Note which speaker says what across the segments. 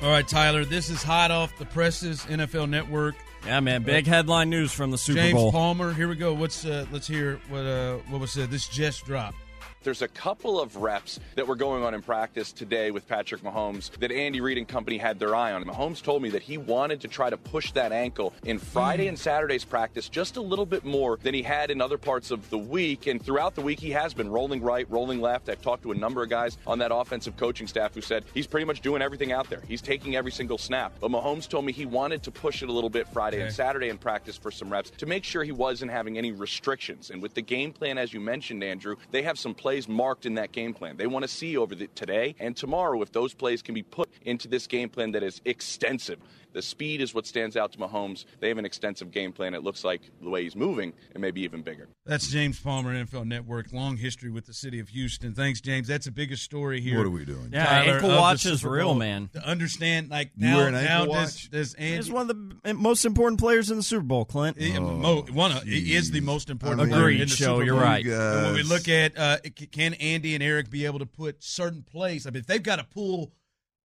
Speaker 1: All right, Tyler, this is hot off the presses, NFL Network.
Speaker 2: Yeah, man, big headline news from the Super
Speaker 1: James
Speaker 2: Bowl.
Speaker 1: Palmer, here we go. What's uh, let's hear what uh, what was said. This just dropped.
Speaker 3: There's a couple of reps that were going on in practice today with Patrick Mahomes that Andy Reid and company had their eye on. Mahomes told me that he wanted to try to push that ankle in Friday and Saturday's practice just a little bit more than he had in other parts of the week. And throughout the week, he has been rolling right, rolling left. I've talked to a number of guys on that offensive coaching staff who said he's pretty much doing everything out there. He's taking every single snap. But Mahomes told me he wanted to push it a little bit Friday and
Speaker 1: Okay.
Speaker 3: Saturday in practice for some reps to make sure he wasn't having any restrictions. And with the game plan, as you mentioned, Andrew, they have some plays marked in that game plan. They want to see over the, today and tomorrow if those plays can be put into this game plan that is extensive. The speed is what stands out to Mahomes. They have an extensive game plan. It looks like the way he's moving, and maybe even bigger.
Speaker 1: That's James Palmer, NFL Network. Long history with the city of Houston. Thanks, James. That's the biggest story here.
Speaker 4: What are we doing?
Speaker 2: Yeah,
Speaker 1: Tyler,
Speaker 2: ankle
Speaker 1: of the
Speaker 2: watch is
Speaker 1: Super
Speaker 2: real,
Speaker 1: Bowl.
Speaker 2: man.
Speaker 1: To understand, like
Speaker 4: You
Speaker 1: now,
Speaker 4: wear an
Speaker 1: now
Speaker 4: ankle
Speaker 1: does,
Speaker 4: watch?
Speaker 1: does Andy?
Speaker 2: He's one of the most important players in the Super Bowl, Clint.
Speaker 1: He- mo-
Speaker 4: Oh,
Speaker 1: one of- he is the most important.
Speaker 4: Agreed,
Speaker 1: player in the
Speaker 2: Show,
Speaker 1: Super
Speaker 2: you're
Speaker 1: Bowl.
Speaker 2: right.
Speaker 1: And when we
Speaker 4: Yes.
Speaker 1: look at uh, c- can Andy and Eric be able to put certain plays? I mean, if they've got to pull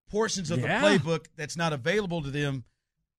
Speaker 1: portions of
Speaker 2: Yeah.
Speaker 1: the playbook that's not available to them.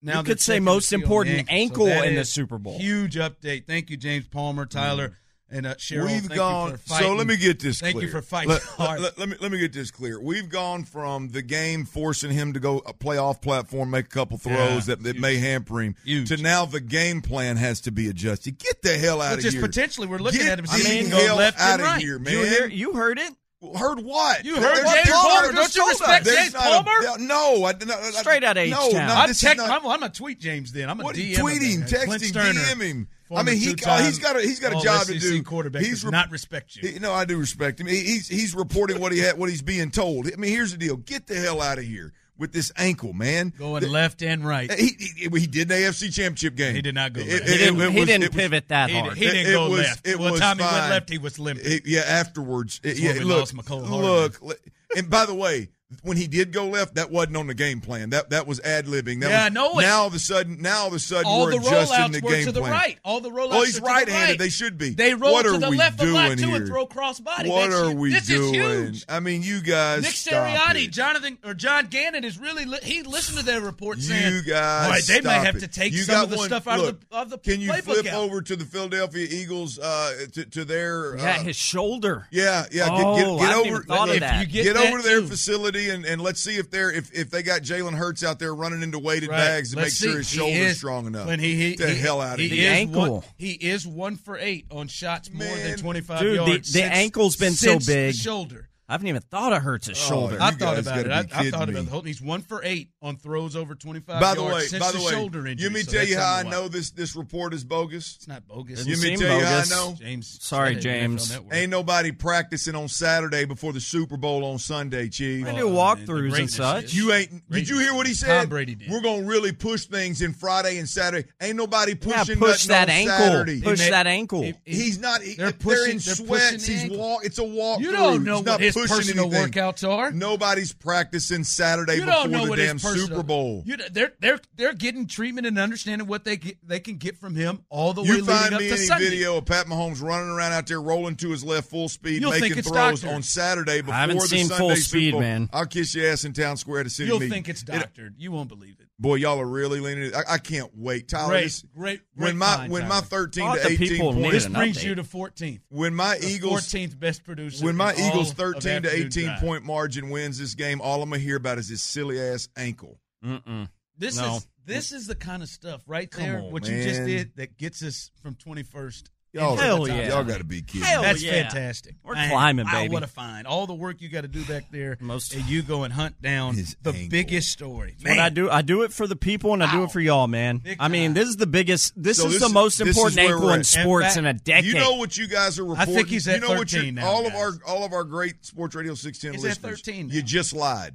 Speaker 1: Now
Speaker 2: You
Speaker 1: they're
Speaker 2: could say
Speaker 1: taking
Speaker 2: most
Speaker 1: the field
Speaker 2: important
Speaker 1: and
Speaker 2: ankle
Speaker 1: that
Speaker 2: in the
Speaker 1: is
Speaker 2: Super Bowl. Mm.
Speaker 1: Huge update. Thank you, James Palmer, Tyler, and uh, Cheryl.
Speaker 4: We've
Speaker 1: Thank you
Speaker 4: gone.
Speaker 1: for
Speaker 4: So let
Speaker 1: fighting.
Speaker 4: me get this.
Speaker 1: Thank you
Speaker 4: clear.
Speaker 1: for fighting
Speaker 4: Let,
Speaker 1: hard.
Speaker 4: let- let me let me get this clear. We've gone from the game forcing him to go a playoff platform, make a couple throws
Speaker 1: Yeah,
Speaker 4: that, that
Speaker 1: huge.
Speaker 4: may hamper him,
Speaker 1: Huge.
Speaker 4: to now the game plan has to be adjusted. Get the hell out
Speaker 1: Which
Speaker 4: of
Speaker 1: is
Speaker 4: here.
Speaker 1: potentially we're looking
Speaker 4: Get
Speaker 1: at him.
Speaker 4: the
Speaker 1: seeing he can go
Speaker 4: hell
Speaker 1: left and
Speaker 4: out of
Speaker 1: right.
Speaker 4: here, man.
Speaker 2: you, hear, you heard it?
Speaker 4: Heard what?
Speaker 1: You
Speaker 4: There's
Speaker 1: heard
Speaker 4: not-
Speaker 1: James
Speaker 4: there's
Speaker 1: Palmer.
Speaker 4: not-
Speaker 1: Don't you respect
Speaker 4: there's
Speaker 1: James
Speaker 4: not a-
Speaker 1: Palmer?
Speaker 4: no, I, no, I-
Speaker 2: Straight outta
Speaker 4: no,
Speaker 2: H-Town.
Speaker 4: no,
Speaker 1: I'm,
Speaker 4: this is
Speaker 1: tech,
Speaker 4: not-
Speaker 1: I'm, I'm a tweet James then. I'm a
Speaker 4: What
Speaker 1: DM
Speaker 4: tweet him,
Speaker 1: that guy.
Speaker 4: text
Speaker 1: Clint
Speaker 4: him,
Speaker 1: Sterner,
Speaker 4: DM him. I
Speaker 1: former
Speaker 4: mean, he,
Speaker 1: two-time
Speaker 4: he's got a he's got a job to
Speaker 1: All-SEC
Speaker 4: do.
Speaker 1: Quarterback
Speaker 4: he's
Speaker 1: does not respect you.
Speaker 4: He, no, I do respect him. He, he's he's reporting what he had, what he's being told. I mean, here's the deal: get the hell out of here with this ankle, man.
Speaker 1: Going
Speaker 4: The-
Speaker 1: left and right.
Speaker 4: He, he, he did an AFC Championship game.
Speaker 1: He did not go
Speaker 4: It-
Speaker 1: left.
Speaker 4: it-
Speaker 2: He
Speaker 4: it
Speaker 2: didn't, he
Speaker 4: was-
Speaker 2: didn't
Speaker 4: it was-
Speaker 2: pivot that
Speaker 1: He,
Speaker 2: hard.
Speaker 1: he
Speaker 4: It-
Speaker 1: didn't
Speaker 4: it
Speaker 1: go
Speaker 4: was-
Speaker 1: left.
Speaker 4: it
Speaker 1: well,
Speaker 4: was
Speaker 1: Tommy went
Speaker 4: fine.
Speaker 1: left. He was limping.
Speaker 4: It- yeah, afterwards. It-
Speaker 1: That's
Speaker 4: yeah,
Speaker 1: when we
Speaker 4: look,
Speaker 1: lost McCole Hardman.
Speaker 4: look. li- And by the way, when he did go left, that wasn't on the game plan. That that was ad libbing.
Speaker 1: Yeah, I
Speaker 4: was,
Speaker 1: know it.
Speaker 4: Now all of a sudden, now all of a sudden,
Speaker 1: all
Speaker 4: we're
Speaker 1: the
Speaker 4: adjusting
Speaker 1: rollouts
Speaker 4: the
Speaker 1: were
Speaker 4: game
Speaker 1: to the
Speaker 4: plan.
Speaker 1: right. All the rollouts.
Speaker 4: Well, he's
Speaker 1: are to the
Speaker 4: right-handed.
Speaker 1: right.
Speaker 4: They should be.
Speaker 1: They roll
Speaker 4: What
Speaker 1: to
Speaker 4: are
Speaker 1: the
Speaker 4: we
Speaker 1: left a lot
Speaker 4: doing
Speaker 1: too, and
Speaker 4: here?
Speaker 1: throw crossbody.
Speaker 4: What
Speaker 1: That's
Speaker 4: are
Speaker 1: huge.
Speaker 4: we
Speaker 1: this
Speaker 4: doing?
Speaker 1: Is huge.
Speaker 4: I mean, you guys.
Speaker 1: Nick
Speaker 4: stop
Speaker 1: Sirianni,
Speaker 4: it.
Speaker 1: Jonathan or John Gannon is really li- he listened to their report saying,
Speaker 4: You guys,
Speaker 1: all right, they
Speaker 4: stop
Speaker 1: might have
Speaker 4: it.
Speaker 1: to take
Speaker 4: You
Speaker 1: some
Speaker 4: got
Speaker 1: of the
Speaker 4: one-
Speaker 1: stuff out
Speaker 4: look,
Speaker 1: of the of the
Speaker 4: Can you
Speaker 1: playbook
Speaker 4: flip
Speaker 1: out.
Speaker 4: over to the Philadelphia Eagles uh, to, to their?
Speaker 2: yeah,
Speaker 4: uh,
Speaker 2: his shoulder.
Speaker 4: yeah, yeah. Get,
Speaker 2: Oh,
Speaker 4: get, get
Speaker 2: I hadn't
Speaker 4: over.
Speaker 2: even thought of
Speaker 4: if
Speaker 2: that.
Speaker 4: you
Speaker 1: Get
Speaker 4: get,
Speaker 1: that
Speaker 4: over to their
Speaker 1: too.
Speaker 4: facility and, and let's see if they're if, if they got Jalen Hurts out there running into weighted
Speaker 1: Right.
Speaker 4: bags to
Speaker 1: Let's
Speaker 4: make sure his
Speaker 1: see. He
Speaker 4: shoulder's
Speaker 1: is-
Speaker 4: strong enough.
Speaker 1: Clint, he, he,
Speaker 4: Get the
Speaker 1: he-
Speaker 4: hell out of
Speaker 1: he
Speaker 4: here.
Speaker 2: The
Speaker 1: is
Speaker 2: ankle.
Speaker 1: One, he is one for eight on shots more than
Speaker 4: Man.
Speaker 1: twenty five
Speaker 2: Dude, the-
Speaker 1: yards.
Speaker 2: the
Speaker 1: since-
Speaker 2: ankle's been so
Speaker 1: since the
Speaker 2: big.
Speaker 1: shoulder.
Speaker 2: I haven't even thought of Hurts' his shoulder.
Speaker 4: You
Speaker 1: Oh, I thought
Speaker 4: guys
Speaker 1: about it.
Speaker 4: gotta
Speaker 1: I, I
Speaker 4: be
Speaker 1: thought
Speaker 4: kidding
Speaker 1: about
Speaker 4: me.
Speaker 1: the whole. He's one for eight on throws over twenty five.
Speaker 4: By the way,
Speaker 1: since
Speaker 4: by
Speaker 1: the,
Speaker 4: the way,
Speaker 1: shoulder injury.
Speaker 4: you me
Speaker 1: so
Speaker 4: tell you
Speaker 1: that's
Speaker 4: how I
Speaker 1: something to
Speaker 4: know
Speaker 1: watch.
Speaker 4: this this report is bogus.
Speaker 1: It's not bogus.
Speaker 2: Doesn't
Speaker 4: You
Speaker 2: seem
Speaker 4: me tell you how I
Speaker 2: bogus.
Speaker 4: know.
Speaker 1: James.
Speaker 2: Sorry,
Speaker 1: said it,
Speaker 2: James.
Speaker 1: NFL Network.
Speaker 4: Ain't nobody practicing on Saturday before the Super Bowl on Sunday, Chief.
Speaker 2: I
Speaker 1: Well,
Speaker 2: do
Speaker 1: man, the
Speaker 2: walkthroughs and
Speaker 1: greatness
Speaker 2: such.
Speaker 1: is-
Speaker 4: You ain't. Did you hear what he said?
Speaker 1: Tom Brady did.
Speaker 4: We're gonna really push things in Friday and Saturday. Ain't nobody
Speaker 2: yeah,
Speaker 4: pushing
Speaker 2: push
Speaker 4: nothing
Speaker 2: that
Speaker 4: on
Speaker 2: ankle.
Speaker 4: Saturday.
Speaker 2: Push
Speaker 1: He may-
Speaker 2: that ankle.
Speaker 1: He- he-
Speaker 4: He's not. he-
Speaker 1: They're
Speaker 4: They're,
Speaker 1: pushing-
Speaker 4: in
Speaker 1: they're pushing
Speaker 4: sweats.
Speaker 1: the
Speaker 4: He's
Speaker 1: ankle.
Speaker 4: walk. It's a walk.
Speaker 1: You don't know what
Speaker 4: He's not
Speaker 1: his
Speaker 4: pushing
Speaker 1: personal
Speaker 4: anything.
Speaker 1: workouts are.
Speaker 4: Nobody's practicing Saturday
Speaker 1: you
Speaker 4: before
Speaker 1: don't know
Speaker 4: the
Speaker 1: what
Speaker 4: damn
Speaker 1: his personal,
Speaker 4: Super Bowl.
Speaker 1: You, they're they're they're getting treatment and understanding what they get, they can get from him all the way
Speaker 4: You
Speaker 1: leading
Speaker 4: find
Speaker 1: up
Speaker 4: me
Speaker 1: to
Speaker 4: any
Speaker 1: Sunday.
Speaker 4: video of Pat Mahomes running around out there, rolling to his left full speed,
Speaker 1: You'll think
Speaker 4: making
Speaker 1: it's
Speaker 4: throws
Speaker 1: doctored.
Speaker 4: on Saturday before
Speaker 2: haven't
Speaker 4: the
Speaker 2: seen
Speaker 4: Sunday
Speaker 2: full
Speaker 4: Super
Speaker 2: speed,
Speaker 4: Bowl.
Speaker 2: man.
Speaker 4: I'll kiss your ass in town square at a city
Speaker 1: You'll
Speaker 4: meeting.
Speaker 1: think it's
Speaker 4: It-
Speaker 1: doctored. you won't believe it.
Speaker 4: Boy, y'all are really leaning. I, I can't wait, Tyler.
Speaker 1: Great,
Speaker 4: this-
Speaker 1: great, great
Speaker 4: When my
Speaker 1: find,
Speaker 4: when my
Speaker 1: Tyler.
Speaker 4: thirteen
Speaker 2: Thought
Speaker 4: to
Speaker 2: the
Speaker 4: eighteen
Speaker 2: people
Speaker 4: point
Speaker 2: needed
Speaker 1: This
Speaker 2: an
Speaker 1: brings
Speaker 2: update.
Speaker 1: you to 14th.
Speaker 4: when my
Speaker 1: The
Speaker 4: Eagles
Speaker 1: 14th best producer.
Speaker 4: when my
Speaker 1: in all
Speaker 4: Eagles
Speaker 1: of
Speaker 4: thirteen to
Speaker 1: afternoon
Speaker 4: eighteen
Speaker 1: drive.
Speaker 4: point margin wins this game, all I'm gonna hear about is this silly ass ankle.
Speaker 2: Mm-mm.
Speaker 1: This
Speaker 2: No.
Speaker 1: is this is the kind of stuff right
Speaker 4: Come
Speaker 1: there.
Speaker 4: on,
Speaker 1: what you just
Speaker 4: man.
Speaker 1: did that gets us from 21st.
Speaker 4: Y'all,
Speaker 2: Hell yeah.
Speaker 4: y'all got to be kidding.
Speaker 2: Hell
Speaker 1: That's
Speaker 2: yeah.
Speaker 1: fantastic.
Speaker 2: We're
Speaker 1: Man,
Speaker 2: climbing,
Speaker 1: wow,
Speaker 2: baby.
Speaker 1: what a find! All the work you got to do back there,
Speaker 2: Most-
Speaker 1: and you go and hunt down
Speaker 4: His
Speaker 1: the
Speaker 4: ankle.
Speaker 1: biggest story.
Speaker 2: But I do, I do it for the people, and I do it for y'all, man.
Speaker 1: Big
Speaker 2: I mean,
Speaker 1: time.
Speaker 2: this is the biggest. This
Speaker 4: So
Speaker 2: is
Speaker 4: this
Speaker 2: the
Speaker 4: is-
Speaker 2: most
Speaker 4: this is
Speaker 2: important
Speaker 4: where
Speaker 2: ankle
Speaker 4: we're
Speaker 2: in
Speaker 4: at.
Speaker 2: sports
Speaker 1: fact,
Speaker 2: in a decade.
Speaker 4: You know what you guys are reporting.
Speaker 1: he's at
Speaker 4: you know what
Speaker 1: 13
Speaker 4: you're-
Speaker 1: now,
Speaker 4: all of
Speaker 1: guys.
Speaker 4: our all of our great sports radio 610
Speaker 1: He's at
Speaker 4: listeners.
Speaker 1: 13 now.
Speaker 4: You just lied.